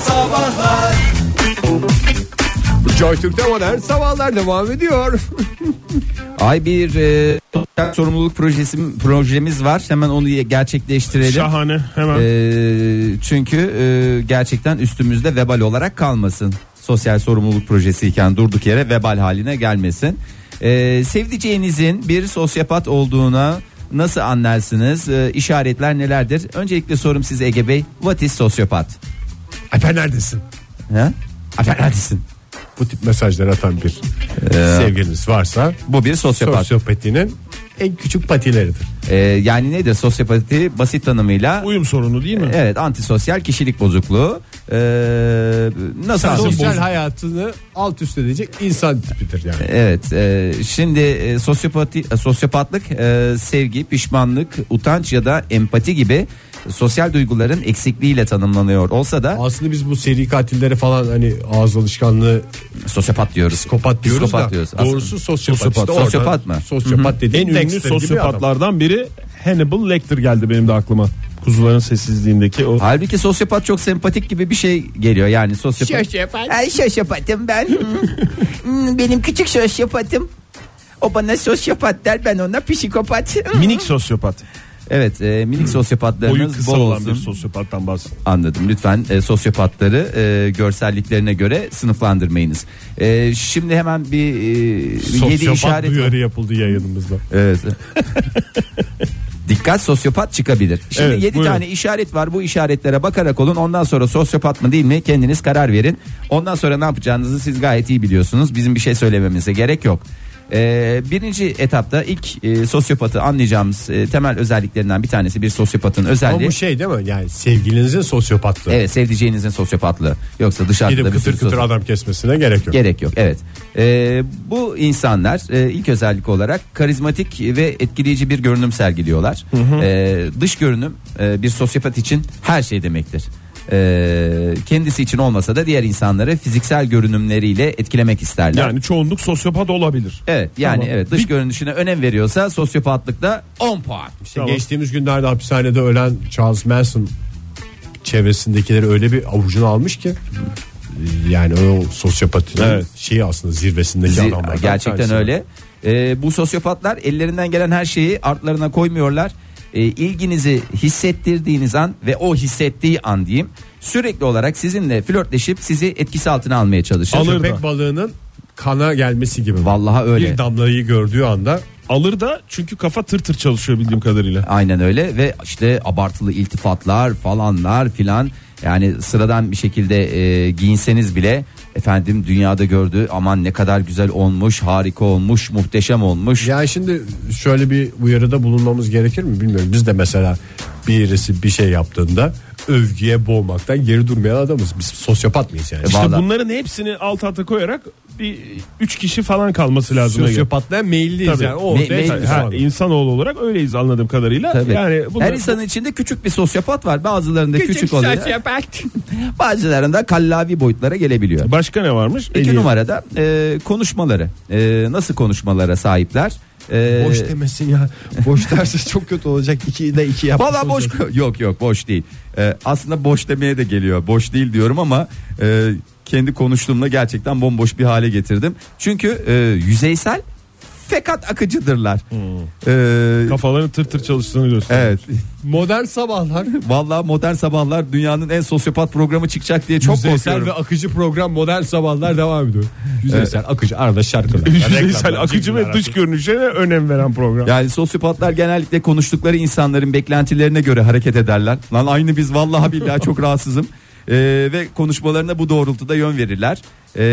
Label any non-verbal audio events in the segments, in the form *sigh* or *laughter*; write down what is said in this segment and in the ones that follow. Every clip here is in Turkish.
Sabahlar Joy Türk'te modern sabahlar devam ediyor. Ay bir e, sosyal sorumluluk projesi projemiz var. Hemen onu gerçekleştirelim. Şahane hemen. E, çünkü e, gerçekten üstümüzde vebal olarak kalmasın. Sosyal sorumluluk projesi iken durduk yere vebal haline gelmesin. E, sevdiceğinizin bir sosyopat olduğuna nasıl anlarsınız? E, işaretler nelerdir? Öncelikle sorum size Ege Bey. What is sosyopat? Alper neredesin? Ha? Affedersin. Bu tip mesajlar atan bir Ee, e, sevgiliniz varsa Bu bir sosyopat. sosyopatinin en küçük patileridir. E, yani nedir sosyopati basit tanımıyla? Uyum sorunu değil mi? Evet antisosyal kişilik bozukluğu. Ee, nasıl anlatayım? sosyal Boz- hayatını alt üst edecek insan tipidir yani. Evet e, şimdi e, sosyopati, e, sosyopatlık e, sevgi, pişmanlık, utanç ya da empati gibi sosyal duyguların eksikliğiyle tanımlanıyor olsa da Aslında biz bu seri katillere falan hani ağız alışkanlığı sosyopat diyoruz. psikopat diyoruz Psikopat da diyoruz. doğrusu sosyopat. Sosyopat. İşte oradan Sosyopat mı? Sosyopat dediğin En ünlü Dexter gibi adam. sosyopatlardan biri Hannibal Lecter geldi benim de aklıma. Kuzuların sessizliğindeki o Halbuki sosyopat çok sempatik gibi bir şey geliyor yani sosyopat. Sosyopat. Ay sosyopatım ben. Hmm, Benim küçük sosyopatım. O bana sosyopat der ben ona psikopat. Hmm. minik sosyopat. Evet e, minik Boyu sosyopatlarınız kısa bol olan bir olsun. sosyopattan bahsediyorum. Anladım lütfen e, sosyopatları e, görselliklerine göre sınıflandırmayınız. E, şimdi hemen bir e, yedi Sosyopat işaret. duyarı yapıldı yayınımızda. Evet. *laughs* Dikkat sosyopat çıkabilir. Şimdi Evet, 7 buyurun. tane işaret var. Bu işaretlere bakarak olun. Ondan sonra sosyopat mı değil mi kendiniz karar verin. Ondan sonra ne yapacağınızı siz gayet iyi biliyorsunuz. Bizim bir şey söylememize gerek yok. Ee, birinci etapta ilk e, sosyopatı anlayacağımız e, temel özelliklerinden bir tanesi bir sosyopatın Ama özelliği. bu şey değil mi? Yani sevgilinizin sosyopatlığı. Evet sevdiceğinizin sosyopatlığı. Yoksa dışarıda Gidip bir kıtır sürü kıtır adam kesmesine gerek yok. Gerek yok evet. Ee, bu insanlar e, ilk özellik olarak karizmatik ve etkileyici bir görünüm sergiliyorlar. Ee, dış görünüm e, bir sosyopat için her şey demektir. Ee, kendisi için olmasa da diğer insanları fiziksel görünümleriyle etkilemek isterler. Yani çoğunluk sosyopat olabilir. Evet yani Tamam. evet dış görünüşüne önem veriyorsa sosyopatlıkta 10 puan. İşte Tamam. Geçtiğimiz günlerde hapishanede ölen Charles Manson çevresindekileri öyle bir avucuna almış ki yani o sosyopatinin Evet. şeyi aslında zirvesindeki Zi- adamlardan Gerçekten tanesi. öyle. Ee, bu sosyopatlar ellerinden gelen her şeyi artlarına koymuyorlar. Ee, ilginizi hissettirdiğiniz an ve o hissettiği an diyeyim sürekli olarak sizinle flörtleşip sizi etkisi altına almaya çalışır. Alır Köpek da. balığının kana gelmesi gibi. Vallahi öyle. Bir damlayı gördüğü anda Alır da çünkü kafa tır tır çalışıyor bildiğim kadarıyla. Aynen öyle ve işte abartılı iltifatlar falanlar filan yani sıradan bir şekilde e, giyinseniz bile efendim dünyada gördüğü aman ne kadar güzel olmuş harika olmuş muhteşem olmuş. Yani şimdi şöyle bir uyarıda bulunmamız gerekir mi bilmiyorum. Biz de mesela birisi bir şey yaptığında övgüye boğmaktan geri durmayan adamız. Biz sosyopat mıyız yani? E, İşte Vallahi. bunların hepsini alt alta koyarak bir üç kişi falan kalması lazım. Ege. Sosyopatlığa meyilliyiz Tabii. yani. O Me- ortaya meyilliyiz. çıkmış Ha, adam. insanoğlu olarak öyleyiz anladığım kadarıyla. Tabii. Yani bunlar- Her insanın içinde küçük bir sosyopat var. Bazılarında küçük, oluyor. *laughs* Bazılarında kallavi boyutlara gelebiliyor. başka ne varmış? İki Eli- numarada e, konuşmaları. E, nasıl konuşmalara sahipler? E, Boş demesin ya. Boş derse çok kötü olacak. İki de iki yapmış Valla boş olacak. *laughs* yok yok boş değil. E, aslında boş demeye de geliyor. Boş değil diyorum ama e, kendi konuştuğumda gerçekten bomboş bir hale getirdim. Çünkü e, yüzeysel fakat akıcıdırlar. E, Kafaların tır tır çalıştığını gösteriyor. evet. Modern *laughs* sabahlar. Vallahi modern sabahlar dünyanın en sosyopat programı çıkacak diye çok Yüzeysel korkuyorum. ve akıcı program modern sabahlar devam ediyor. Yüzeysel akıcı *laughs* arada şarkılar. Yüzeysel reklamlar, akıcı ve cimriler dış görünüşe önem veren program. Yani sosyopatlar genellikle konuştukları insanların beklentilerine göre hareket ederler. Lan aynı biz vallahi billahi çok rahatsızım. Ee, ve konuşmalarına bu doğrultuda yön verirler. Ee,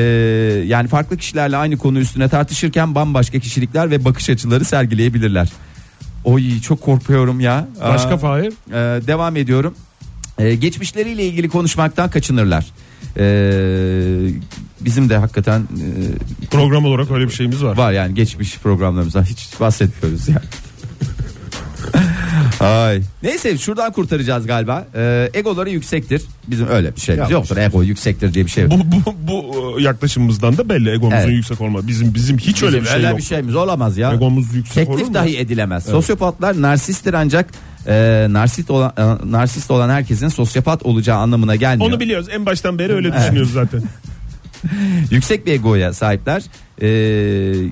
yani farklı kişilerle aynı konu üstüne tartışırken bambaşka kişilikler ve bakış açıları sergileyebilirler. Oy çok korkuyorum ya. Başka Aa, Fahir? e, devam ediyorum. E, geçmişleriyle ilgili konuşmaktan kaçınırlar. E, bizim de hakikaten e, Program olarak öyle bir şeyimiz var. Var yani geçmiş programlarımızdan hiç bahsetmiyoruz ya. *laughs* Ay. Neyse şuradan kurtaracağız galiba. Ee, egoları yüksektir. Bizim öyle bir şeyimiz yoktur. Ego yüksektir diye bir şey yok. Bu, bu, bu e, yaklaşımımızdan da belli egomuzun Evet. yüksek olma. Bizim bizim hiç Bizim öyle bir şey yok. şeyimiz olamaz ya. Egomuz yüksek olur Teklif mu? dahi edilemez. Sosyopatlar narsisttir ancak e, narsist olan e, narsist olan herkesin sosyopat olacağı anlamına gelmiyor. Onu biliyoruz. En baştan beri öyle düşünüyoruz *laughs* zaten. Yüksek bir egoya sahipler. E,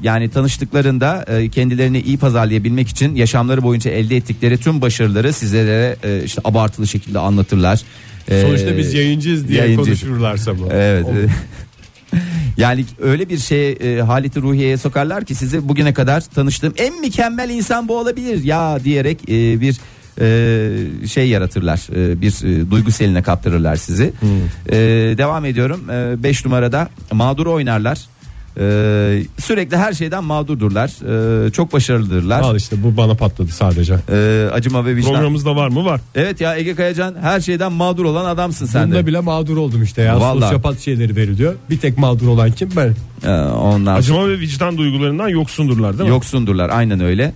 yani tanıştıklarında e, kendilerini iyi pazarlayabilmek için yaşamları boyunca elde ettikleri tüm başarıları sizlere e, işte abartılı şekilde anlatırlar. E, Sonuçta biz yayıncıyız diye yayıncı. konuşurlarsa bu. Evet. Olur. *laughs* yani öyle bir şey e, haleti ruhiyeye sokarlar ki sizi bugüne kadar tanıştığım en mükemmel insan bu olabilir ya diyerek e, bir e, şey yaratırlar. E, bir e, duygu seline kaptırırlar sizi. Hmm. E, devam ediyorum. 5 numarada mağduru oynarlar. E, sürekli her şeyden mağdurdurlar. E, çok başarılıdırlar. Al işte bu bana patladı sadece. E, acıma ve vicdan. Programımızda var mı? Var. Evet ya Ege Kayacan her şeyden mağdur olan adamsın sen de. Bunda bile mağdur oldum işte ya. Vallahi. Sosyopat şeyleri veriliyor. Bir tek mağdur olan kim ben? E, ondan Acıma ve vicdan duygularından yoksundurlar değil mi? Yoksundurlar aynen öyle.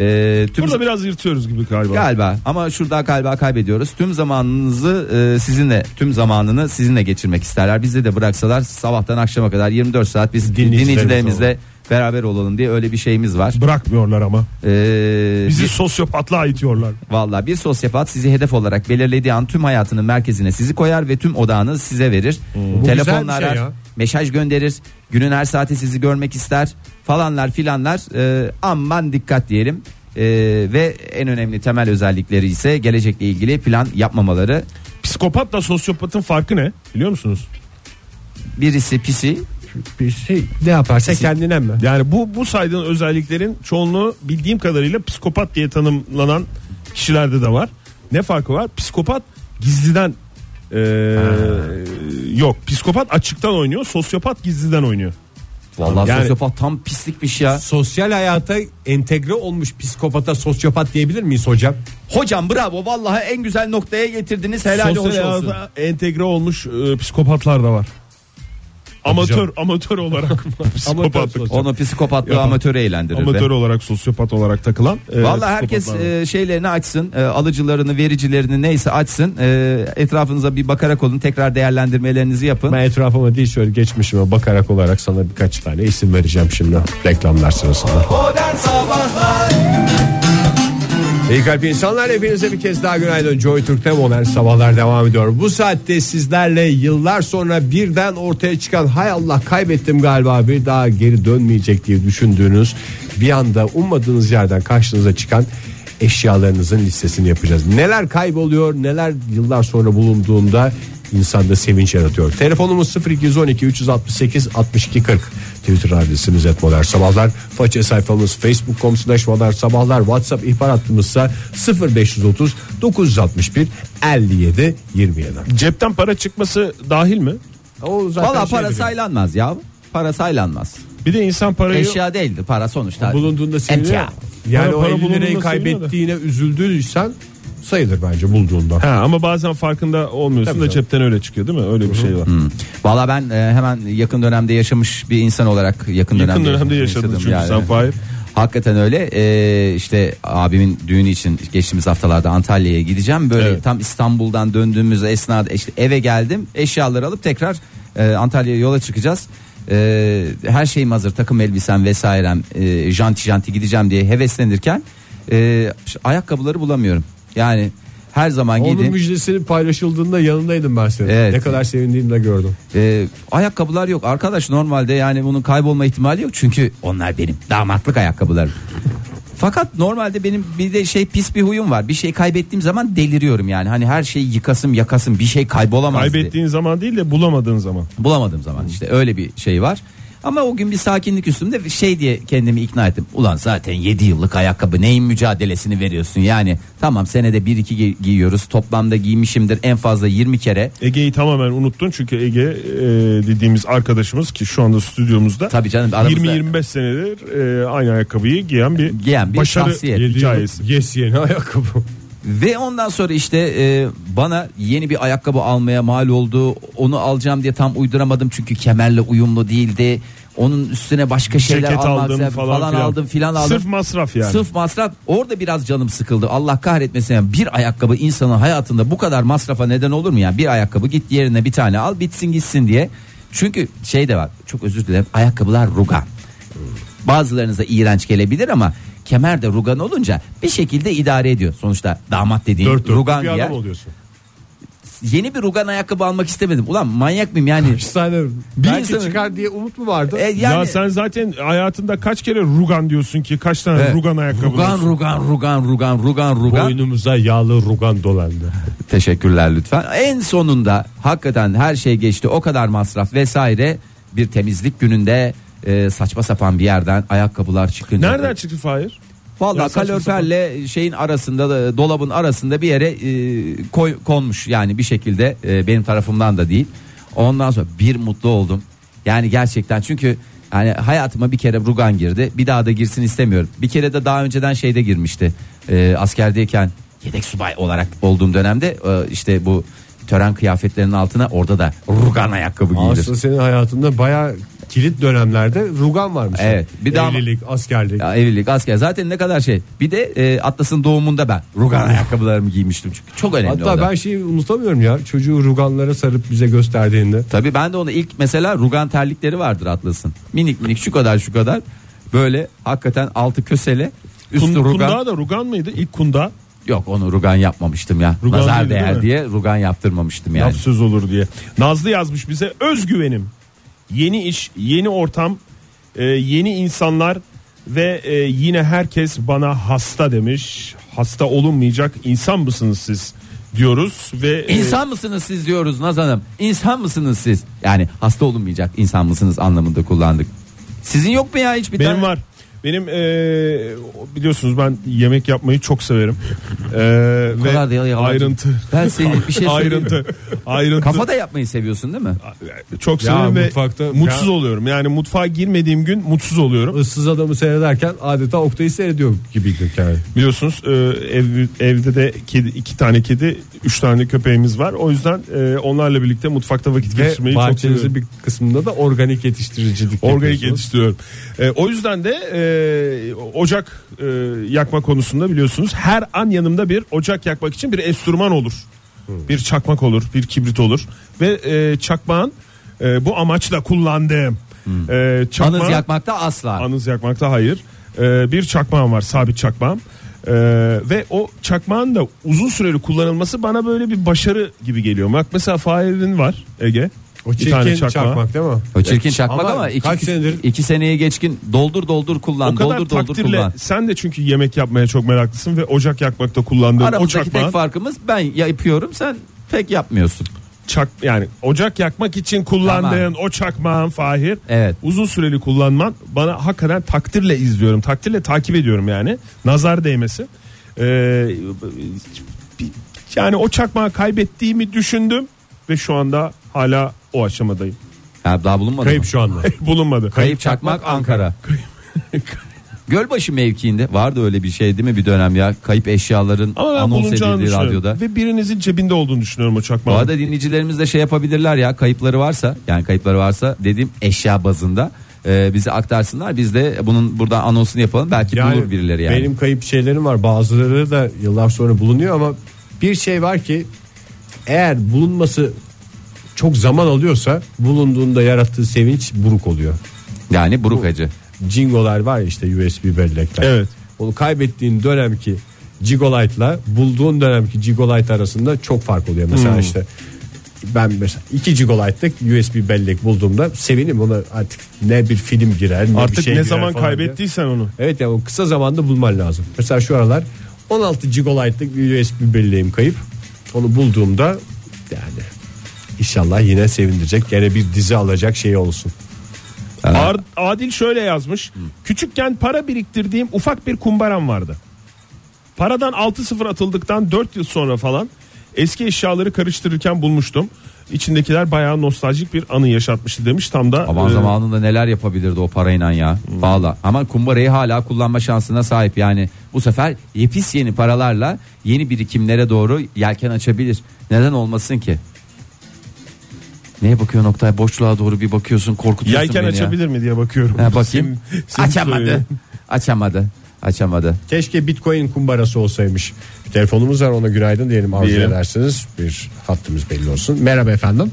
Ee, tüm Burada biraz yırtıyoruz gibi galiba. galiba ama şurada galiba kaybediyoruz. Tüm zamanınızı e, sizinle tüm zamanını sizinle geçirmek isterler. Bizi de bıraksalar sabahtan akşama kadar 24 saat biz Dinleyicilerimiz dinleyicilerimizle beraber olalım diye öyle bir şeyimiz var. Bırakmıyorlar ama. Ee, Bizi bir- sosyopatla itiyorlar. Valla bir sosyopat sizi hedef olarak belirlediği an tüm hayatının merkezine sizi koyar ve tüm odağını size verir. Bu güzel Telefonla bir şey arar, ya. mesaj gönderir, günün her saati sizi görmek ister falanlar filanlar. Ee, aman dikkat diyelim. Ee, ve en önemli temel özellikleri ise gelecekle ilgili plan yapmamaları. Psikopatla sosyopatın farkı ne? Biliyor musunuz? Birisi pisi, Bir şey ne yaparsa kendine mi? Yani bu bu saydığın özelliklerin çoğunluğu bildiğim kadarıyla psikopat diye tanımlanan kişilerde de var. Ne farkı var? Psikopat gizliden e, yok. Psikopat açıktan oynuyor. Sosyopat gizliden oynuyor. vallahi Yani- sosyopat tam pislikmiş ya. Sosyal hayata entegre olmuş psikopata sosyopat diyebilir miyiz hocam? Hocam bravo vallahi en güzel noktaya getirdiniz helal hoş Sosyal olsun. hayata entegre olmuş e, psikopatlar da var. Amatör *laughs* amatör olarak psikopatlık. sosyopatlık. Onu psikopatlığı Yapan- amatörü eğlendirir. be. Amatör olarak sosyopat olarak takılan. e, Vallahi herkes psikopatlar var. e, şeylerini açsın, e, alıcılarını, vericilerini neyse açsın. E, etrafınıza bir bakarak olun, tekrar değerlendirmelerinizi yapın. Ben etrafıma değil şöyle geçmişime bakarak olarak sana birkaç tane isim vereceğim şimdi reklamlar sırasında. İyi kalp insanlar hepinize bir kez daha günaydın. Joy Türk'te modern sabahlar devam ediyor. Bu saatte sizlerle yıllar sonra birden ortaya çıkan hay Allah kaybettim galiba bir daha geri dönmeyecek diye düşündüğünüz bir anda ummadığınız yerden karşınıza çıkan eşyalarınızın listesini yapacağız. Neler kayboluyor neler yıllar sonra bulunduğunda insanda sevinç yaratıyor. Telefonumuz 0212 368 62 40. Twitter adresimiz et modern sabahlar. Faça sayfamız facebook.com slash modern sabahlar. Whatsapp ihbar hattımızsa 0530 961 57 27. Cepten para çıkması dahil mi? O zaten Vallahi şey para dedi. saylanmaz ya. Para saylanmaz. Bir de insan parayı Eşya değildi para sonuçta. bulunduğunda seviniyor. Emtia. Yani Para- o para 50 lirayı bulunduğunda seviniyor da. kaybettiğine üzüldüysen sayılır bence bulduğunda. Ha, ama bazen farkında olmuyorsun Tabii da canım. cepten öyle çıkıyor değil mi? Öyle bir şey var. Valla ben e, hemen yakın dönemde yaşamış bir insan olarak yakın dönemde, Yakın dönemde yaşadım, yaşadın yaşadım çünkü sen Fahir. Hakikaten öyle e, işte abimin düğünü için geçtiğimiz haftalarda Antalya'ya gideceğim böyle Evet. tam İstanbul'dan döndüğümüz esnada işte eve geldim eşyaları alıp tekrar e, Antalya'ya yola çıkacağız. E, her şeyim hazır takım elbisem vesairem e, janti janti gideceğim diye heveslenirken e, işte ayakkabıları bulamıyorum yani her zaman Onun giydiğim müjdesinin paylaşıldığında yanındaydım ben senin. Evet. Ne kadar sevindiğini de gördüm. Ee, ayakkabılar yok arkadaş normalde yani bunun kaybolma ihtimali yok çünkü onlar benim damatlık ayakkabılarım. Fakat normalde benim bir de şey pis bir huyum var. Bir şey kaybettiğim zaman deliriyorum yani. Hani her şeyi yıkasım yakasım bir şey kaybolamaz. diye. Kaybettiğin zaman değil de bulamadığın zaman. Bulamadığım zaman işte öyle bir şey var. Ama o gün bir sakinlik üstümde şey diye kendimi ikna ettim. Ulan zaten 7 yıllık ayakkabı neyin mücadelesini veriyorsun yani. Tamam senede 1-2 gi- giyiyoruz. Toplamda giymişimdir en fazla 20 kere. Ege'yi tamamen unuttun çünkü Ege e, dediğimiz arkadaşımız ki şu anda stüdyomuzda Tabii canım, aramızda- 20-25 senedir e, aynı ayakkabıyı giyen bir, Giyen bir başarı şahsiyet. hikayesi. Yes *laughs* yeni ayakkabı. Ve ondan sonra işte e, bana yeni bir ayakkabı almaya mal oldu. Onu alacağım diye tam uyduramadım çünkü kemerle uyumlu değildi. Onun üstüne başka şeyler Ceket almak aldım falan, falan falan filan. aldım filan aldım. Sırf masraf yani. Sırf masraf orada biraz canım sıkıldı. Allah kahretmesin yani bir ayakkabı insanın hayatında bu kadar masrafa neden olur mu ya? Bir ayakkabı git yerine bir tane al bitsin gitsin diye. Çünkü şey de var çok özür dilerim ayakkabılar rugan. Bazılarınıza iğrenç gelebilir ama kemer de rugan olunca bir şekilde idare ediyor. Sonuçta damat dediğin Dört dörtlük rugan bir adam giyer. oluyorsun. Yeni bir rugan ayakkabı almak istemedim. Ulan manyak mıyım yani? Bir Bir Belki insanın- çıkar diye umut mu vardı? E, yani ya sen zaten hayatında kaç kere rugan diyorsun ki kaç tane Evet. rugan ayakkabı e, rugan diyorsun? rugan rugan rugan rugan rugan. Boynumuza yağlı rugan dolandı. Teşekkürler lütfen. En sonunda hakikaten her şey geçti. O kadar masraf vesaire bir temizlik gününde e, saçma sapan bir yerden ayakkabılar çıkınca. Nereden çıktı Fahir? Ya Valla saçma kaloriferle şeyin arasında da dolabın arasında bir yere e, koy, konmuş yani bir şekilde e, benim tarafımdan da değil. Ondan sonra bir mutlu oldum. Yani gerçekten çünkü yani hayatıma bir kere rugan girdi. Bir daha da girsin istemiyorum. Bir kere de daha önceden şeyde girmişti. E, askerdeyken yedek subay olarak olduğum dönemde e, işte bu tören kıyafetlerinin altına orada da rugan ayakkabı giyilir. Aslında senin hayatında bayağı kilit dönemlerde rugan varmış. Evet, bir daha- Evlilik, askerlik. Ya evlilik asker zaten ne kadar şey. Bir de e, Atlas'ın doğumunda ben rugan ayakkabılarımı giymiştim çünkü çok önemli o Hatta da. ben şeyi unutamıyorum ya. Çocuğu ruganlara sarıp bize gösterdiğinde. Tabii ben de onu ilk mesela rugan terlikleri vardır Atlas'ın. Minik minik şu kadar şu kadar böyle hakikaten altı kösele üstü Kun, rugan. Kundağı da rugan mıydı? İlk kunda. Yok onu rugan yapmamıştım ya. Rugan Nazar değildi, değil mi? değer diye rugan yaptırmamıştım yani. Laf söz olur diye. Nazlı yazmış bize özgüvenim. Yeni iş, yeni ortam, e, yeni insanlar ve e, yine herkes bana hasta demiş. Hasta olunmayacak insan mısınız siz diyoruz ve e, İnsan mısınız siz diyoruz Naz Hanım. İnsan mısınız siz? Yani hasta olunmayacak insan mısınız anlamında kullandık. Sizin yok mu ya hiçbir benim tane? var. Benim e, biliyorsunuz ben yemek yapmayı çok severim. E, *laughs* Bu ve kadar da yalan- ayrıntı. Ben seni *laughs* bir şey söyleyeyim. mi? ayrıntı. Ayrıntı. Kafada yapmayı seviyorsun değil mi? çok Ya severim ve mutfakta- mutsuz Ya- oluyorum. Yani mutfağa girmediğim gün mutsuz oluyorum. Issız adamı seyrederken adeta Oktay'ı seyrediyor gibiydik yani. Biliyorsunuz e, ev, evde de kedi, iki tane kedi, üç tane köpeğimiz var. O yüzden e, onlarla birlikte mutfakta vakit Ve geçirmeyi çok seviyorum. bahçenizin bir kısmında da organik yetiştiricilik Organik yapıyorsunuz. yetiştiriyorum. E, o yüzden de e, ocak e, yakma konusunda biliyorsunuz her an yanımda bir ocak yakmak için bir enstrüman olur. Hmm. Bir çakmak olur, bir kibrit olur. Ve e, çakmağın e, bu amaçla kullandığım Hmm. e, çakmağın- Anız yakmakta asla. Anız yakmakta hayır. Ee, bir çakmağım var sabit çakmağım. Ee, ve o çakmağın da uzun süreli kullanılması bana böyle bir başarı gibi geliyor. Bak mesela Fahir'in var Ege. O çirkin çakmak. değil mi? O çirkin çakmak Ama ama, iki, kaç senedir- iki seneye geçkin doldur doldur kullan O kadar doldur doldur takdirle kullan. sen de çünkü yemek yapmaya çok meraklısın ve ocak yakmakta kullandığın o Aramızdaki çakmağın tek farkımız ben yapıyorum sen pek yapmıyorsun. çak yani ocak yakmak için kullandığın o çakmağın Fahir Evet. uzun süreli kullanman bana hakikaten takdirle izliyorum takdirle takip ediyorum yani nazar değmesi Ee, yani o çakmağı kaybettiğimi düşündüm ve şu anda hala o aşamadayım *laughs* Ya daha bulunmadı Kayıp mı? şu anda. bulunmadı Kayıp çakmak Ankara. *laughs* Gölbaşı mevkiinde vardı öyle bir şey değil mi bir dönem ya kayıp eşyaların ama ben anons bulunacağını edildiği düşünüyorum radyoda. ve birinizin cebinde olduğunu düşünüyorum o Bu çakmağın arada dinleyicilerimiz de şey yapabilirler ya kayıpları varsa yani kayıpları varsa dediğim eşya bazında e, bize aktarsınlar biz de bunun burada anonsunu yapalım belki bulur birileri yani. Benim kayıp şeylerim var. Bazıları da yıllar sonra bulunuyor ama bir şey var ki eğer bulunması çok zaman alıyorsa bulunduğunda yarattığı sevinç buruk oluyor. Yani burukacı. Jingolar var ya işte USB bellekler. Evet. Onu kaybettiğin dönemki Gigolite'la bulduğun dönemki Gigolite arasında çok fark oluyor. Mesela Hmm. işte ben mesela 2 Gigolite'lık USB bellek bulduğumda sevinim ona artık ne bir film girer ne bir artık şey ne girer zaman falan diye. kaybettiysen onu Evet ya o kısa zamanda bulman lazım. Mesela şu aralar 16 gigabyte'lık bir USB belleğim kayıp. Onu bulduğumda yani inşallah yine sevindirecek. Gene bir dizi alacak şey olsun. Ar- Adil şöyle yazmış. Küçükken para biriktirdiğim ufak bir kumbaram vardı. Paradan 6-0 atıldıktan 4 yıl sonra falan eski eşyaları karıştırırken bulmuştum. İçindekiler bayağı nostaljik bir anı yaşatmıştı demiş. Tam da Aman e, zamanında neler yapabilirdi o parayla ya. Valla ama kumbarayı hala kullanma şansına sahip yani. Bu sefer yepis yeni paralarla yeni birikimlere doğru yelken açabilir. Neden olmasın ki? Neye bakıyorsun Oktay? Boşluğa doğru bir bakıyorsun korkutuyorsun Yelken beni ya. açabilir mi diye bakıyorum. Ha, bakayım. *laughs* Sim- sim soruyor. Açamadı. Açamadı. Açamadı. Keşke Bitcoin kumbarası olsaymış. Bir telefonumuz var ona günaydın diyelim arzu Diyelim. edersiniz. Bir hattımız belli olsun. Merhaba efendim.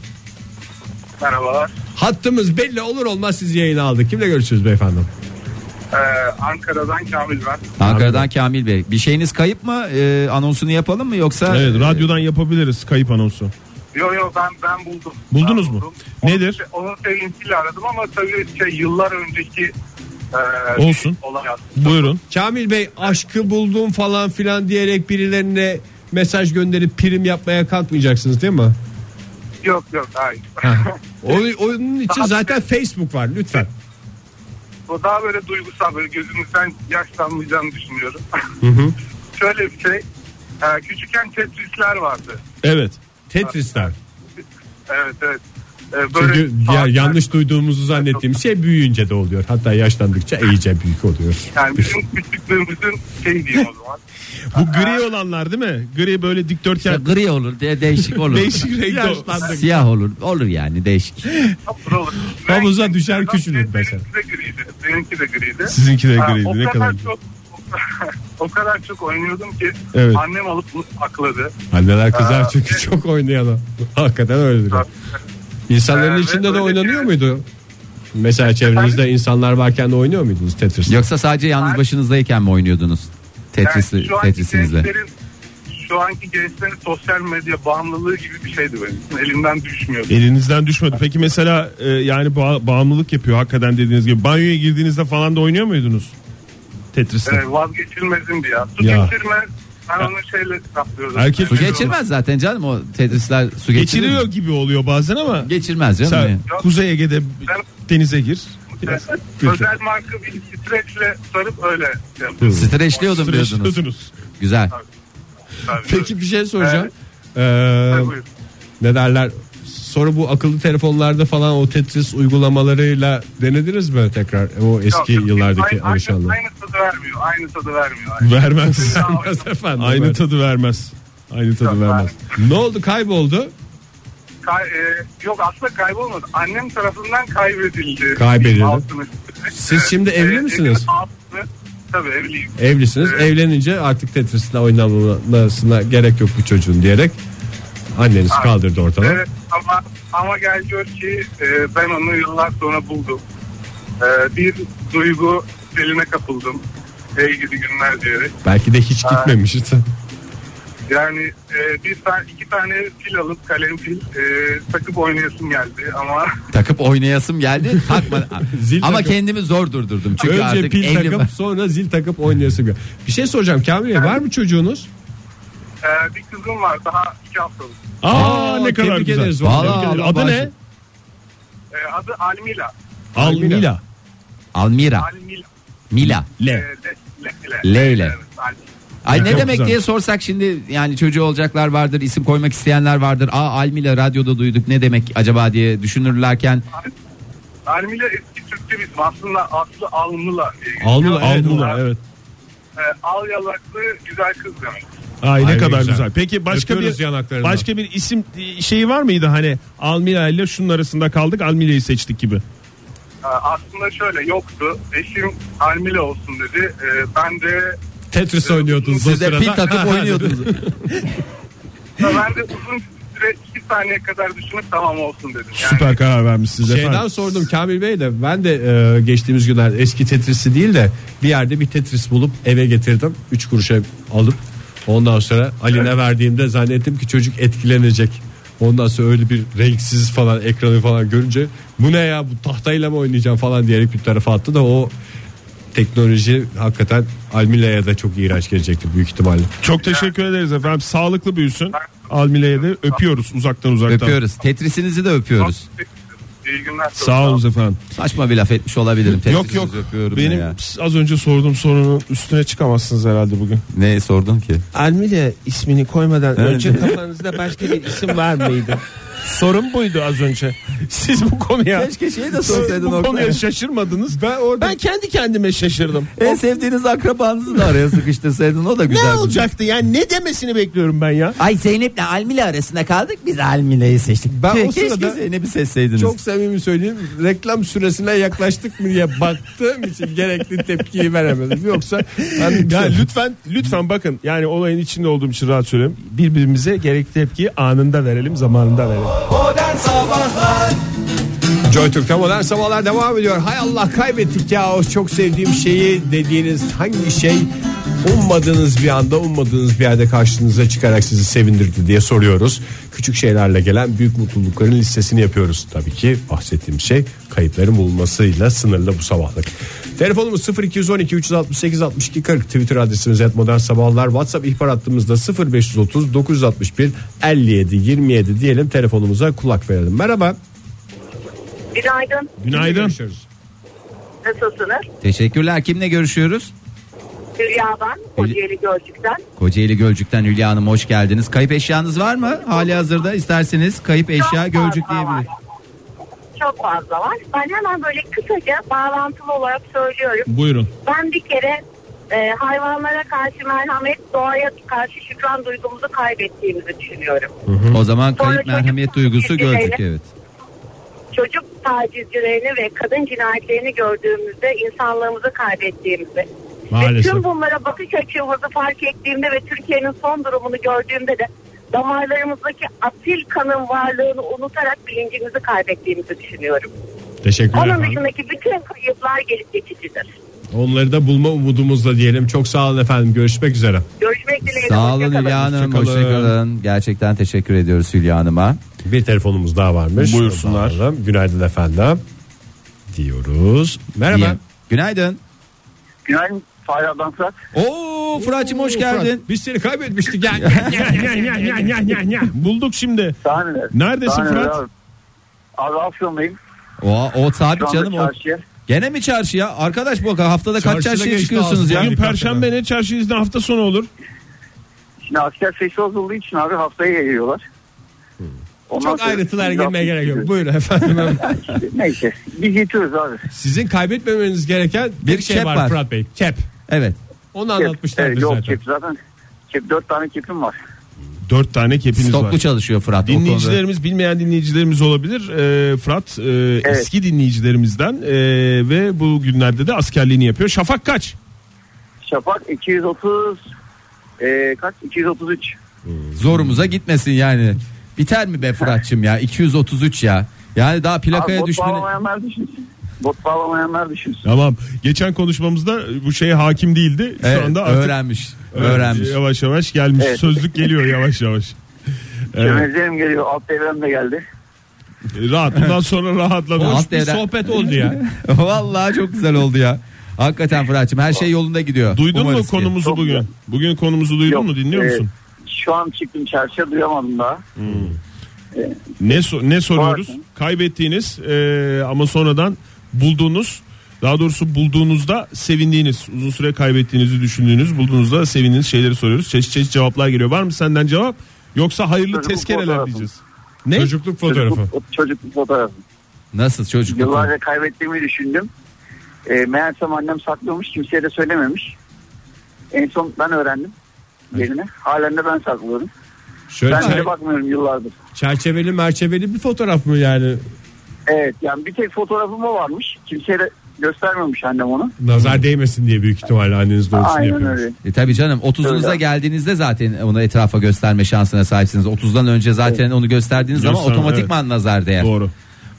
Merhabalar. Hattımız belli olur olmaz siz yayına aldık. Kimle görüşürüz beyefendi? Ee, Ankara'dan Kamil ben. Ankara'dan Kamil Bey. Bir şeyiniz kayıp mı? Ee, anonsunu yapalım mı yoksa? Evet radyodan yapabiliriz kayıp anonsu. Yo yo ben ben buldum. Buldunuz Ben mu? buldum. Nedir? Onun, onun sevincisiyle aradım ama tabii şey, yıllar önceki e, Olsun. olay aslında. Buyurun. Kamil Bey aşkı buldum falan filan diyerek birilerine mesaj gönderip prim yapmaya kalkmayacaksınız değil mi? Yok yok hayır. Onun, onun için zaten Facebook var lütfen. Bu daha böyle duygusal böyle gözümüzden yaşlanmayacağını düşünüyorum. *laughs* Şöyle bir şey. e, küçükken tetrisler vardı. Evet. Tetrisler. Evet evet. E, Çünkü ya, saatler- yanlış duyduğumuzu zannettiğim şey büyüyünce de oluyor. Hatta yaşlandıkça iyice büyük oluyor. Yani bizim küçüklüğümüzün şey diyeyim o zaman. Bu gri olanlar değil mi? Gri böyle Ya *laughs* dikdörtgen gri olur, de- *laughs* değişik olur. değişik renkte. olan. Siyah olur. Olur yani değişik. Havuza düşer küçülür mesela. şey. Benimki de griydi. Benimki de griydi. Sizinki de Ha, griydi. o ne kadar kadar. çok *laughs* o kadar çok oynuyordum ki Evet. annem alıp bunu akladı. Anneler kızar Aa, çünkü evet. çok oynayalım. Hakikaten öyledir. İnsanların Ee, Evet, içinde de öyle oynanıyor bir- muydu? Mesela çevrenizde insanlar varken de oynuyor muydunuz Tetris? Yoksa sadece yalnız başınızdayken mi oynuyordunuz? Yani Tetris'i, şu anki Tetris'inizle. gençlerin- şu anki gençlerin sosyal medya bağımlılığı gibi bir şeydi benim. Elimden düşmüyordu. E- Elinizden düşmedi. Peki mesela e, yani ba- bağımlılık yapıyor hakikaten dediğiniz gibi. Banyoya girdiğinizde falan da oynuyor muydunuz? Tetris'te. Ee, vazgeçilmezimdi ya. Su Ya. geçirmez. Ben onun şeyle saplıyordum. Herkes- *laughs* Su geçirmez zaten canım o Tetris'ler su geçirir. mi? Geçiriyor gibi oluyor bazen ama. Geçirmez canım. Sen ya. Kuzey Ege'de denize gir. Ee, Özel marka bir streçle sarıp öyle yapıyordum. Streçliyordum diyordunuz. Streçliyordunuz. Güzel. Peki bir şey soracağım. Ee, e, Buyurun. ne derler? Sonra bu akıllı telefonlarda falan o Tetris uygulamalarıyla denediniz mi tekrar o eski Yok, yok. yıllardaki Aynı- alışanlığı? Aynı tadı vermiyor. Aynı tadı vermiyor. *laughs* Vermez. Vermez efendim. Aynı Aynı tadı vermez. Aynı tadı Yok, vermez. ne oldu kayboldu? Kay- e, yok aslında kaybolmadı. Annem tarafından kaybedildi. Kaybedildi. Altını- Siz şimdi E, evli evin misiniz? altını- Tabii evliyim. Evlisiniz. Evet. Evlenince artık Tetris'le oynamasına gerek yok bu çocuğun diyerek anneniz kaldırdı ortadan. Evet ama ama gel gör ki e, ben onu yıllar sonra buldum. E, bir duygu eline kapıldım. Ey gidi günler diyerek. Belki de hiç gitmemişti. Yani e, bir tane iki tane fil alıp kalem fil e, takıp oynayasım geldi ama *laughs* Takıp oynayasım geldi. Takma. *laughs* Zil Ama takıp- kendimi zor durdurdum. Çünkü Önce artık pil evli takıp sonra zil takıp oynayasın. geliyor. Bir şey soracağım Kamil Bey var mı çocuğunuz? e, bir kızım var daha iki haftalık. Aa, Aa, ne kadar tebrik güzel. ederiz vallahi. Tebrik ederiz. Allah Adı ne? bağışlasın. E, adı Almila. Almila. Almira. Almila. Mila. E, Le. Le- Le- Leyle. Evet, Almila. Ay ne Çok demek güzel. diye sorsak şimdi yani çocuğu olacaklar vardır, isim koymak isteyenler vardır. Aa Almila radyoda duyduk ne demek acaba diye düşünürlerken Almila eski Türkçe bizim aslında aslı Almıla. diye geçiyor. Almila. Evet, Almila bunlar, evet. e, al yalaklı güzel kız demek. Ay ne Ay, ne kadar güzel. güzel. Peki başka Öpüyoruz bir yanaklarından. başka bir isim şeyi var mıydı hani Almila ile şunun arasında kaldık Almila'yı seçtik gibi. E, aslında şöyle yoktu. Eşim Almila olsun dedi. E, ben de Tetris oynuyordunuz o siz de sırada. pil *laughs* takıp oynuyordunuz. *laughs* ben de uzun süre iki saniye kadar düşünüp tamam olsun dedim. Yani, Süper karar vermişsiniz Şeyden efendim. sordum Kamil Bey de ben de e, geçtiğimiz günler eski Tetris'i değil de bir yerde bir Tetris bulup eve getirdim. 3 kuruşa alıp ondan sonra Aline verdiğimde zannettim ki çocuk etkilenecek. Ondan sonra öyle bir renksiz falan ekranı falan görünce bu ne ya bu tahtayla mı oynayacağım falan diyerek bir tarafa attı da o teknoloji hakikaten Almila'ya da çok iğrenç gelecekti büyük ihtimalle. Çok teşekkür ederiz efendim. Sağlıklı büyüsün. Almila'ya da öpüyoruz uzaktan uzaktan. öpüyoruz. Tetrisinizi de öpüyoruz. *laughs* İyi günler. Sağ olun efendim. Saçma bir laf etmiş olabilirim. yok Tetrisinizi yok. öpüyorum Benim ya. az önce sorduğum sorunun üstüne çıkamazsınız herhalde bugün. Ne sordun ki? Almile ismini koymadan önce kafanızda başka bir isim var mıydı? Sorun buydu az önce. Siz bu konuya Keşke şeyi de siz sorsaydın bu konuya Oktay. şaşırmadınız. Ben orada ben kendi kendime şaşırdım. En sevdiğiniz akrabanızı da araya sıkıştırsaydın o da güzel. ne olacaktı yani ne demesini bekliyorum ben ya. Ay Zeynep'le Almila arasında kaldık biz Almila'yı seçtik. Ben o Keşke sırada Zeynep'i sesseydiniz. çok samimi söyleyeyim reklam süresine yaklaştık mı diye baktığım için gerekli tepkiyi veremedim. Yoksa ben şey- Ya lütfen lütfen bakın yani olayın içinde olduğum için rahat söylüyorum. Birbirimize gerekli tepkiyi anında verelim zamanında verelim. Joy Türk'te modern sabahlar devam ediyor. Hay Allah kaybettik ya o çok sevdiğim şeyi dediğiniz hangi şey ummadığınız bir anda ummadığınız bir yerde karşınıza çıkarak sizi sevindirdi diye soruyoruz. Küçük şeylerle gelen büyük mutlulukların listesini yapıyoruz. Tabii ki bahsettiğim şey kayıpların bulunmasıyla sınırlı bu sabahlık. Telefonumuz 0212 368 62 40 Twitter adresimiz et modern sabahlar WhatsApp ihbar hattımızda 0530 961 57 27 diyelim telefonumuza kulak verelim. Merhaba. Günaydın. Günaydın. Görüşürüz. Nasılsınız? Teşekkürler. Kimle görüşüyoruz? Hülya ben. Kocaeli Gölcük'ten. Kocaeli Gölcük'ten Hülya Hanım hoş geldiniz. Kayıp eşyanız var mı? Hali hazırda isterseniz kayıp eşya Çok Gölcük fazla var. diyebilir. Çok fazla var. Ben hemen böyle kısaca bağlantılı olarak söylüyorum. Buyurun. Ben bir kere e, hayvanlara karşı merhamet, doğaya karşı şükran duygumuzu kaybettiğimizi düşünüyorum. O zaman kayıp Sonra merhamet çocuk- duygusu Gölcük Gölcük değil. evet. Çocuk tacizcilerini ve kadın cinayetlerini gördüğümüzde insanlığımızı kaybettiğimizi ve Maalesef. tüm bunlara bakış açımızı fark ettiğimde ve Türkiye'nin son durumunu gördüğümde de damarlarımızdaki asil kanın varlığını unutarak bilincimizi kaybettiğimizi düşünüyorum. Teşekkürler. Onun efendim. dışındaki bütün kayıplar gelip geçicidir. Onları da bulma umudumuzla diyelim. Çok sağ olun efendim. Görüşmek üzere. Görüşmek dileğiyle. Sağ olun hoşçakalın. Hülya Hanım Hoşçakalın. hoşçakalın. Gerçekten teşekkür ediyoruz Hülya Hanım'a. Bir telefonumuz daha varmış. Buyursunlar. Onu da alalım. Günaydın efendim. Diyoruz. Merhaba. Diye. Günaydın. Günaydın Fahri Adam Fırat. Oo Fırat'cığım hoş geldin. Biz seni kaybetmiştik. *laughs* Yani. Ya, ya, ya, ya, ya, ya, ya. Bulduk şimdi. Sahneler. Neredesin Sahneler Fırat? Abi, abi Afyon'dayım. O, o Şu sabit anda canım o. çarşıya. Gene mi çarşıya? Arkadaş bu haftada kaç Çarşıda çarşıya geçti çıkıyorsunuz ağzı. ya? Bugün Hakikaten Perşembe ne çarşı izni hafta sonu olur. Şimdi asker sayısı az olduğu için abi haftaya yayıyorlar. Ondan Çok sonra- ayrıntılara Biz girmeye haftaya gerek yok. gidiyoruz. Buyurun *laughs* efendim. Neyse biz yetiyoruz abi. Sizin kaybetmemeniz gereken bir, Bir şey kep var, var. Fırat Bey. Kep. Evet. Onu Kep, anlatmışlardı e, Yok zaten. kep zaten. Kep, dört tane kepim var. Dört tane kepiniz var. Stoklu çalışıyor Fırat. o konuda. Dinleyicilerimiz bilmeyen dinleyicilerimiz olabilir. Ee, Fırat e, eski dinleyicilerimizden e, ve bu günlerde de askerliğini yapıyor. Şafak kaç? Şafak 230 e, kaç? 233. Zorumuza gitmesin yani. Biter mi be Fırat'cığım *laughs* ya? 233 ya. Yani daha Abi plakaya bot düşmene... bağlamayanlar düşünsün. Bot bağlamayanlar düşünsün. Tamam. Geçen konuşmamızda bu şeye hakim değildi. Şu Evet, anda artık Ee, öğrenmiş. Öğrenmiş. Yavaş yavaş gelmiş. Evet. Sözlük geliyor yavaş yavaş. Evet. Kemenizlerim geliyor. Alt devrem de geldi. Rahat. Bundan sonra rahatladım. Alt devre- sohbet oldu ya. *laughs* Vallahi çok güzel oldu ya. Hakikaten Fırat'cığım her şey yolunda gidiyor. Duydun Umarız mu ki. konumuzu Çok güzel. bugün? Bugün konumuzu duydun Yok, mu? Dinliyor e, musun? Şu an çıktım çarşıya duyamadım daha. Ne so- ne soruyoruz? Pardon. Kaybettiğiniz e, ama sonradan bulduğunuz daha doğrusu bulduğunuzda sevindiğiniz, uzun süre kaybettiğinizi düşündüğünüz, bulduğunuzda sevindiğiniz şeyleri soruyoruz. Çeşit çeşit cevaplar geliyor. Var mı senden cevap? Yoksa hayırlı Çocukluk tezkereler fotoğrafı. diyeceğiz. *laughs* Ne? Çocukluk fotoğrafı. Çocukluk, çocukluk fotoğrafı. Nasıl çocuk? Yıllarca kaybettiğimi düşündüm. E, meğersem annem saklıyormuş. Kimseye de söylememiş. En son ben öğrendim. Yerine. Halen de ben saklıyorum. Şöyle Ben şey- çer- de bakmıyorum yıllardır. çerçeveli merçeveli bir fotoğraf mı yani? Evet yani bir tek fotoğrafım o varmış. Kimseye de göstermemiş annem onu. Nazar değmesin diye büyük ihtimalle anneniz doğrusunu Hmm. Aynen yapıyormuş. öyle. E tabii canım 30'unuza Öyle. geldiğinizde zaten onu etrafa gösterme şansına sahipsiniz. 30'dan önce zaten onu gösterdiğiniz zaman Gösterme, otomatikman nazar değer. Doğru.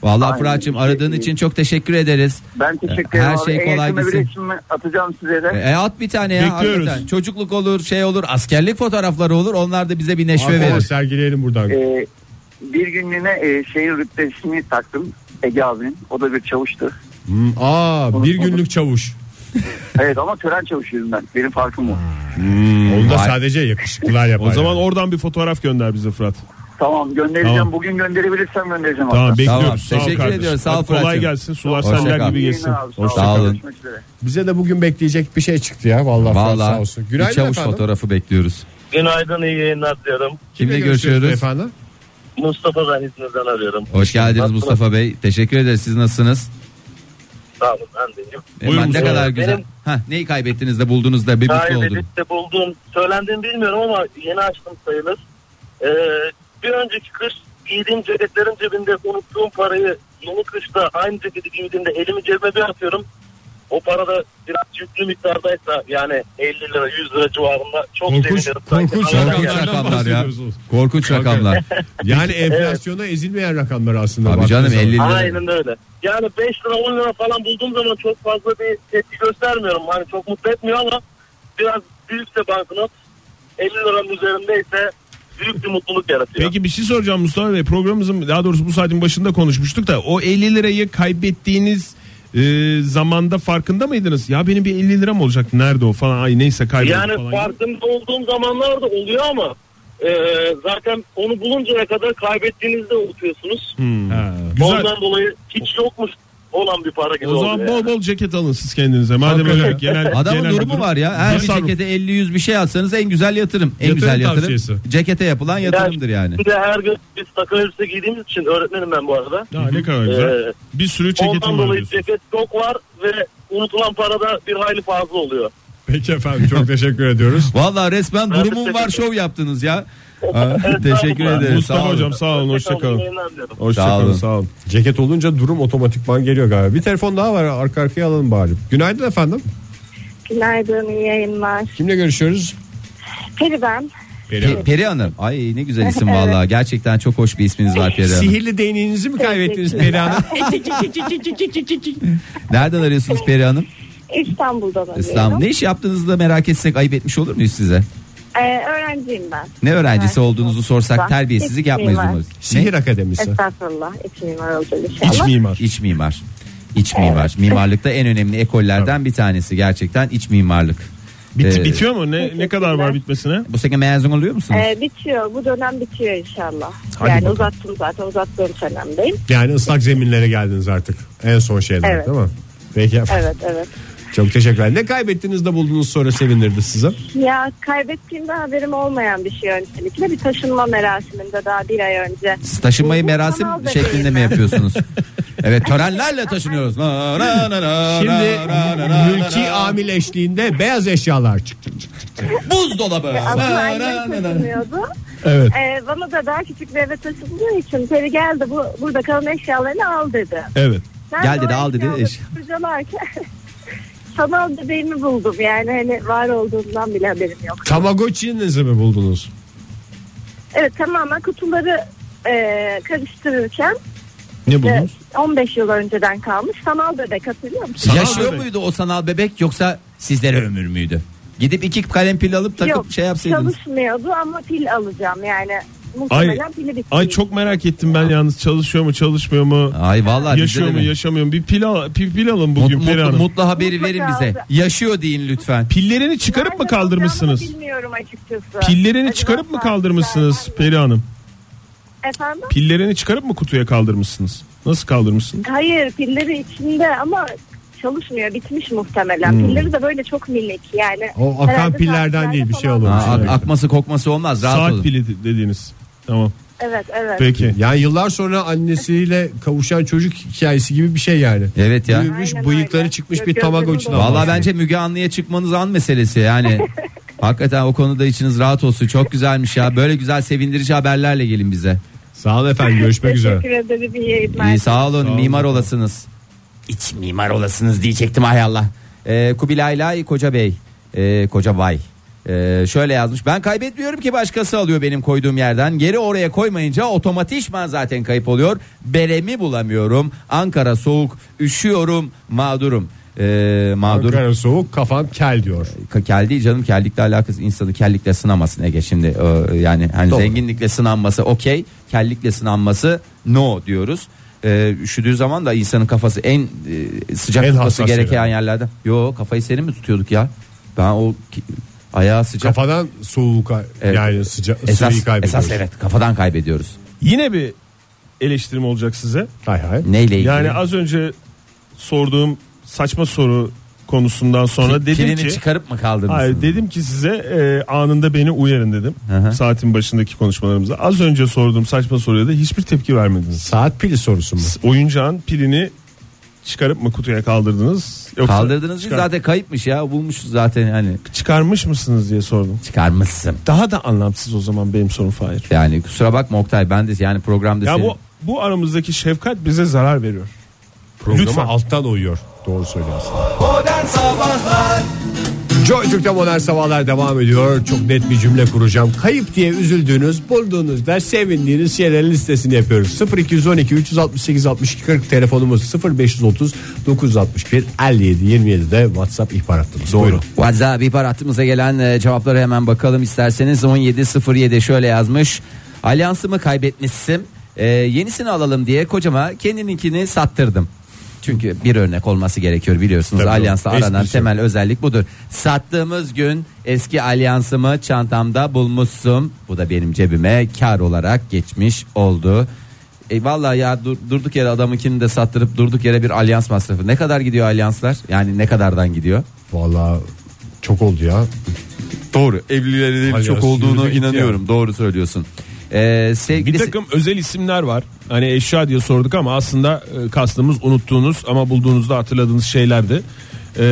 Vallahi Aynen. Fırat'cığım aradığın için çok teşekkür ederiz. Ben teşekkür Her ederim. abi. şey En kolay yakında bir gitsin. resmimi atacağım size de. E, E, at bir tane ya. Bekliyoruz. hakikaten. Çocukluk olur, şey olur, askerlik fotoğrafları olur. Onlar da bize bir neşve Abi, verir. sergileyelim buradan. Ee, bir günlüğüne e, şehir rütbesini taktım Ege abinin. O da bir çavuştu. Aa bir günlük çavuş. Evet ama tören çavuşuyum ben. Benim farkım o. Hmm. Onda Vay. sadece yakışıklılar yapar. O zaman yani. oradan bir fotoğraf gönder bize Fırat. Tamam göndereceğim. Tamam. Bugün gönderebilirsem göndereceğim. Tamam hatta. bekliyoruz. Tamam, Sağ ol teşekkür kardeşim. ediyoruz. Sağ ol Hadi Kolay Fırat'cığım. gelsin. Sular Hoşça sender kal. gibi İyi geçsin. yayınlar abi, Hoşça olun. kalın. Görüşmek üzere. bize de bugün bekleyecek bir şey çıktı ya vallahi, Fırat sağ Vallahi olsun. bir Günaydın çavuş efendim. fotoğrafı bekliyoruz. Günaydın iyi yayınlar diliyorum. Kimle görüşüyoruz? efendim? Mustafa ben İzmir'den arıyorum. Hoş geldiniz Nasılsınız? Mustafa Bey. Teşekkür ederiz. Siz nasılsınız? Sağ olun ben de iyiyim. Aman ne Mustafa. kadar güzel. Benim- Ha, neyi kaybettiniz de buldunuz da bir şey mutlu oldunuz. Kaybedip de buldum. Söylendiğini bilmiyorum ama yeni açtım sayılır. Ee, bir önceki kış giydiğim ceketlerin cebinde unuttuğum parayı yeni kışta aynı ceketi giydiğimde elimi cebime bir atıyorum. O para da biraz yüklü miktardaysa yani 50 lira 100 lira civarında çok Korkunç, sevinirim. korkunç Sanki- Korkunç rakamlardan rakamlar ya. bahsediyorsunuz. Korkunç rakamlar. Yani enflasyona ezilmeyen rakamlar aslında. Abi baktığınız canım zaman. 50 lira. Aynen öyle. Yani 5 lira 10 lira falan bulduğum zaman çok fazla bir tepki göstermiyorum. Hani çok mutlu etmiyor ama biraz büyükse banknot 50 liranın üzerindeyse büyük bir mutluluk yaratıyor. Peki bir şey soracağım Mustafa Bey. Programımızın daha doğrusu bu saatin başında konuşmuştuk da o 50 lirayı kaybettiğiniz e, zamanda farkında mıydınız? Ya benim bir 50 liram olacak nerede o falan ay neyse kayboldu yani falan. farkında olduğum zamanlar da oluyor ama e, zaten onu buluncaya kadar kaybettiğinizde unutuyorsunuz. Hmm, Güzel. Ondan dolayı hiç yokmuş olan bir para gibi O zaman oluyor. yani. bol bol ceket alın siz kendinize. Madem öyle genel Adamın genel durumu durum. var ya. Her bir Tasarruf. cekete 50-100 bir şey alsanız en güzel yatırım. En Yatırım güzel yatırım. tavsiyesi. Cekete yapılan yatırımdır yani. Bir de her gün biz takım elbise giydiğimiz için öğretmenim ben bu arada. Ya ne kadar güzel. Ee, bir sürü Ondan ceketim var. dolayı diyorsun. ceket çok var ve unutulan parada bir hayli fazla oluyor. Peki efendim *laughs* çok teşekkür ediyoruz. Vallahi resmen Ben durumum teşekkür var şov yaptınız *laughs* ya. Aa, teşekkür Estağfurullah. ederiz. Mustafa Sağ olun. hocam sağ olun hoşça kalın. Yayınlar diliyorum. Hoşça Sağ kalın olun. sağ olun. Ceket olunca durum otomatikman geliyor galiba. Bir telefon daha var arka arkaya alalım bari. Günaydın efendim. Günaydın, iyi yayınlar. Kimle görüşüyoruz? Peri ben. Pe- Peri Hanım. Ay ne güzel isim vallahi. Gerçekten çok hoş bir isminiz var Peri Hanım. Sihirli değneğinizi mi kaybettiniz Peri Hanım? Nereden arıyorsunuz Peri Hanım? İstanbul'dan arıyorum. İstanbul. Ne iş yaptığınızı da merak etsek ayıp etmiş olur muyuz size? Ee, öğrenciyim ben. Ne öğrencisi Evet. olduğunuzu sorsak terbiyesizlik İç yapmayız mimar. umarız. Sihir Akademisi. Estağfurullah. İç mimar olacağız İç inşallah. mimar. Ne? İç mimar. İç mimar. Mimarlıkta en önemli ekollerden bir tanesi gerçekten iç mimarlık. Bit- Ee, bitiyor mu? Ne ne kadar var bitmesine? Bu sene mezun oluyor musunuz? Ee, bitiyor. Bu dönem bitiyor inşallah. Hadi yani bakalım. uzattım zaten. Uzattığım dönemdeyim. Yani ıslak zeminlere geldiniz artık. En son şeyler Evet. değil mi? Peki efendim. Evet evet. Çok teşekkürler. Ne kaybettiniz de bulduğunuz sonra sevindirdi size. Ya kaybettiğimde haberim olmayan bir şey öncelikle. Bir taşınma merasiminde daha bir ay önce. Siz taşınmayı Bu merasim sanal da şeklinde değil mi ben. *laughs* yapıyorsunuz? evet törenlerle taşınıyoruz. Na, na, na, na, Şimdi na, na, na, na, mülki na. amil eşliğinde beyaz eşyalar çıktı. buzdolabı. Na, Aslında na, annem na, na. taşınıyordu. Evet. Ee, bana da daha küçük bir eve taşındığı için Peri geldi bu, burada kalan eşyalarını al dedi. Evet. Ben Gel de dedi, o al dedi, eşyaları eşya. kurcalarken *laughs* sanal bebeğimi buldum yani hani var olduğundan bile haberim yok. Tamagotchi'nizi mi buldunuz? Evet tamamen kutuları e, karıştırırken Ne e, 15 yıl önceden kalmış sanal bebek hatırlıyor musun? Yaşıyor bebek. muydu o sanal bebek yoksa sizlere ömür müydü? Gidip iki kalem pil alıp takıp şey yapsaydınız. çalışmıyordu ama pil alacağım yani muhtemelen pili bitti. Ay çok merak ettim ben yalnız çalışıyor mu çalışmıyor mu? Ay vallahi yaşıyor bizde mu de mi? yaşamıyor mu? Bir pil, al, pil, pil alın Mut- bugün mutlu, Peri Hanım. mutlu haberi Mutlaka verin bize. alacağım. Yaşıyor deyin lütfen. Pillerini çıkarıp mı Nerede kaldırmışsınız? olacağımı da Bilmiyorum açıkçası. Pillerini Acaba çıkarıp mı saatler- kaldırmışsınız Peri Hanım? Efendim? Pillerini çıkarıp mı kutuya kaldırmışsınız? Nasıl kaldırmışsınız? Hayır pilleri içinde ama çalışmıyor bitmiş muhtemelen. Hmm. Pilleri de böyle çok minik yani. O akan Herhalde pillerden değil, bir şey saatlerde olur. Aa, falan- ak- akması kokması olmaz rahat Saat olun. pili de- dediğiniz. Tamam. Evet evet. Peki. Yani yıllar sonra annesiyle kavuşan çocuk hikayesi gibi bir şey yani. Evet ya. Büyümüş Aynen bıyıkları öyle. çıkmış bir Gözlerim Tamagotchi'den. doldu. Vallahi bence Müge Anlı'ya çıkmanız an meselesi yani. *laughs* Hakikaten o konuda içiniz rahat olsun. Çok güzelmiş ya. Böyle güzel sevindirici haberlerle gelin bize. Sağ olun efendim görüşmek üzere. Teşekkür ederim iyi yayınlar. İyi sağ olun. mimar olasınız. İç mimar olasınız diyecektim hay Allah. Ee, Kubilay Lay Koca Bey. Ee, Koca Bay. Ee, şöyle yazmış. Ben kaybetmiyorum ki başkası alıyor benim koyduğum yerden. Geri oraya koymayınca otomatikman zaten kayıp oluyor. Beremi bulamıyorum. Ankara soğuk. Üşüyorum. Mağdurum. Ee, mağdur. Ankara soğuk kafam kel diyor. Ka- Kel değil canım kellikle alakası insanı kellikle sınamasın Ege şimdi Ee, yani hani zenginlikle sınanması okey kellikle sınanması no diyoruz. Ee, üşüdüğü zaman da insanın kafası en e, sıcak En tutması hassas gereken yerler. yerlerde. Yo kafayı serin mi tutuyorduk ya? Ben o ki- ayağı sıcak. Kafadan soğuk Evet. yani sıcak ısıyı esas, kaybediyoruz. esas evet kafadan kaybediyoruz. Yine bir eleştirim olacak size. Hay hay. Neyle ilgili? Yani az önce sorduğum saçma soru konusundan sonra dedim Kilini ki çıkarıp mı kaldırdınız? Hayır dedim ki size e, anında beni uyarın dedim. hı. Saatin başındaki konuşmalarımızda. Az önce sorduğum saçma soruya da hiçbir tepki vermediniz. Saat pili sorusu mu? Oyuncağın pilini çıkarıp mı kutuya kaldırdınız? Yoksa Kaldırdınız mı? çıkar- zaten kayıpmış ya bulmuşuz zaten hani Çıkarmış mısınız diye sordum. çıkarmışsın. Daha da anlamsız o zaman benim sorum Fahir. Yani kusura bakma Oktay ben de yani programda Ya senin- bu bu aramızdaki şefkat bize zarar veriyor. Programı Lütfen. alttan uyuyor. Doğru söylüyorsun. Joy Türk'te modern sabahlar devam ediyor. Çok net bir cümle kuracağım. Kayıp diye üzüldüğünüz, bulduğunuz da sevindiğiniz şeylerin listesini yapıyoruz. 0212 368 62 40 telefonumuz 0530 961 57 27'de WhatsApp ihbar hattımız. Doğru. WhatsApp ihbar hattımıza gelen e, cevaplara hemen bakalım isterseniz 17.07 şöyle yazmış. Alyansımı kaybetmişsin E, yenisini alalım diye kocama kendininkini sattırdım. Çünkü bir örnek olması gerekiyor biliyorsunuz. Tabii Alyansla doğru. aranan Eskisi. temel özellik budur. Sattığımız gün eski alyansımı çantamda bulmuşsun. Bu da benim cebime kar olarak geçmiş oldu. E vallahi ya dur- durduk yere adamınkini de sattırıp durduk yere bir alyans masrafı. Ne kadar gidiyor alyanslar? Yani ne kadardan gidiyor? Vallahi çok oldu ya. Doğru evlilerin Hayır, çok aslında olduğunu yürüdük inanıyorum doğru söylüyorsun. Ee, Bir sevgilisi takım özel isimler var. Hani eşya diye sorduk ama aslında e, kastımız unuttuğunuz ama bulduğunuzda hatırladığınız şeylerdi. E,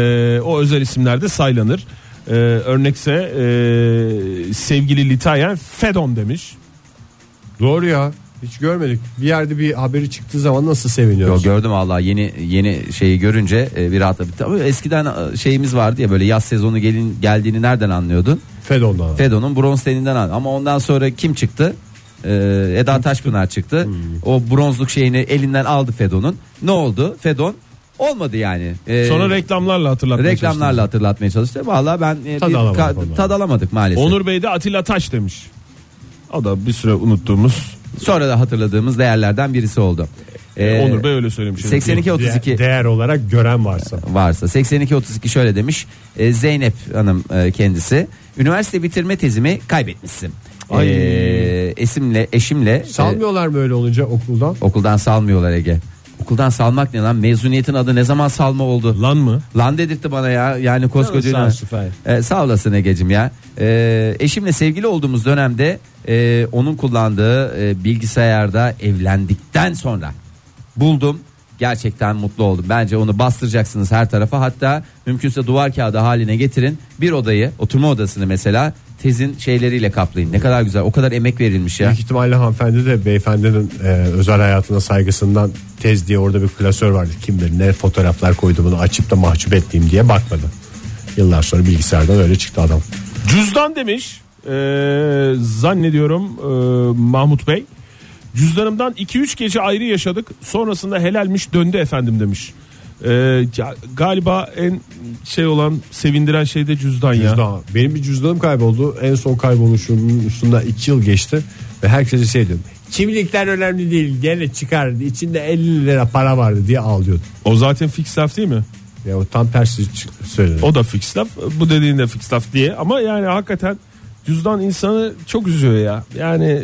o özel isimler de saylanır. E, örnekse e, sevgili Litayen Fedon demiş. Doğru ya. Hiç görmedik. Bir yerde bir haberi çıktığı zaman nasıl Yo, seviniyoruz? gördüm valla yeni yeni şeyi görünce e, bir rahatladım. Tabii eskiden e, şeyimiz vardı ya böyle yaz sezonu gelin geldiğini nereden anlıyordun? Fedon'dan. Fedon'un bronz teninden an. Ama ondan sonra kim çıktı? Ee, Eda Taşpınar çıktı. O bronzluk şeyini elinden aldı Fedon'un. Ne oldu? Fedon olmadı yani. Ee, Sonra reklamlarla hatırlatmaya reklamlarla hatırlatmaya çalıştı. Valla ben e, Tad bir alamadık ka- ondan. tad alamadık maalesef. çalıştım. Onur Bey de Atilla Taş demiş. O da bir süre unuttuğumuz Sonra da hatırladığımız değerlerden birisi oldu. Ee, E, Onur Bey şey öyle söylemiş. 82 32 değer olarak gören varsa. varsa 82 32 şöyle demiş. Ee, Zeynep Hanım e, kendisi üniversite bitirme tezimi kaybetmişsin. Ay. Ee, esimle eşimle e, Salmıyorlar mı öyle olunca okuldan? okuldan salmıyorlar Ege. Okuldan salmak ne lan? Mezuniyetin adı ne zaman salma oldu? Lan mı? Lan dedirtti bana ya. Yani koskoca Sağ ol, üniversite. süper. Ee, sağ olasın Ege'cim ya. Ee, eşimle sevgili olduğumuz dönemde e, onun kullandığı e, bilgisayarda evlendikten sonra buldum. Gerçekten mutlu oldum. Bence onu bastıracaksınız her tarafa. Hatta mümkünse duvar kağıdı haline getirin. Bir odayı, oturma odasını mesela tezin şeyleriyle kaplayın. Ne kadar güzel. O kadar emek verilmiş ya. Büyük ihtimalle hanımefendi de beyefendinin e, özel hayatına saygısından tez diye orada bir klasör vardı. Kim bilir ne fotoğraflar koydu bunu açıp da mahcup ettiğim diye bakmadı. Yıllar sonra bilgisayardan öyle çıktı adam. Cüzdan demiş. Ee, zannediyorum ee, Mahmut Bey. Cüzdanımdan 2-3 gece ayrı yaşadık. Sonrasında helalmiş döndü efendim demiş. Ee, ya- galiba en şey olan sevindiren şey de cüzdan, ya. Cüzdan. Benim bir cüzdanım kayboldu. En son kayboluşumun üstünden 2 yıl geçti. Ve herkese şey diyorum. Kimlikler önemli değil. Gene çıkardı. İçinde 50 lira para vardı diye ağlıyordu. O zaten fix laf değil mi? Ya o tam tersi çık- söyledi. O da fix laf. Bu dediğin de fix laf diye. Ama yani hakikaten cüzdan insanı çok üzüyor ya. Yani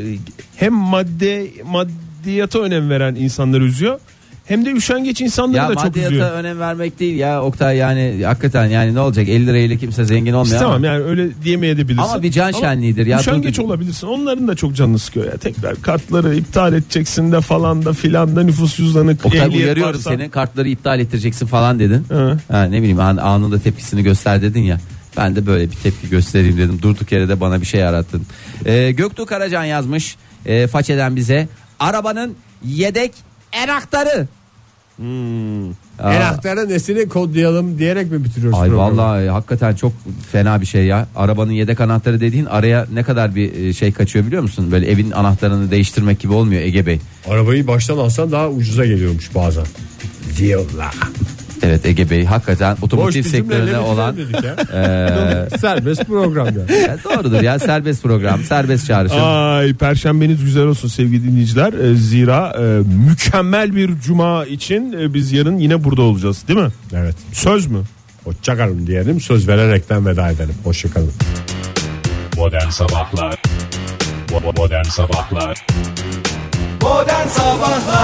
hem madde maddiyata önem veren insanları üzüyor. Hem de üşengeç insanları Ya da çok üzüyor. maddiyata önem vermek değil ya Oktay yani hakikaten yani ne olacak 50 lirayla kimse zengin olmuyor ama. İstemem yani öyle diyemeyebilirsin. Ama bir can şenliğidir ya. Üşengeç Dur- olabilirsin. Onların da çok canını sıkıyor ya. Tekrar kartları iptal edeceksin de falan da filan da nüfus cüzdanı Oktay ehliyet uyarıyorum varsa. seni kartları iptal ettireceksin falan dedin. Hı. Ha, ne bileyim an, anında tepkisini göster dedin ya. Ben de böyle bir tepki göstereyim dedim. Durduk yere de bana bir şey yarattın. Ee, Göktuğ Karacan yazmış e, façeden bize. Arabanın yedek enaktarı. Hmm. Aa, Enahtarın nesini kodlayalım diyerek mi bitiriyoruz? Ay programı? vallahi hakikaten çok fena bir şey ya. Arabanın yedek anahtarı dediğin araya ne kadar bir e, şey kaçıyor biliyor musun? Böyle evin anahtarını değiştirmek gibi olmuyor Ege Bey. Arabayı baştan alsan daha ucuza geliyormuş bazen. Diyorlar. Evet Ege Bey hakikaten Boş otomotiv bir sektörüne cümleyle olan olan... dedik ya. Serbest program ya. Ya doğrudur ya serbest program, serbest çağrışım. Ay perşembeniz güzel olsun sevgili dinleyiciler. Ee, Zira e, mükemmel bir cuma için e, biz yarın yine burada olacağız değil mi? Evet. Söz mü? Hoşçakalın diyelim. Söz vererekten veda edelim. Hoşçakalın. Modern Sabahlar Bo- bo- Modern Sabahlar Modern Sabahlar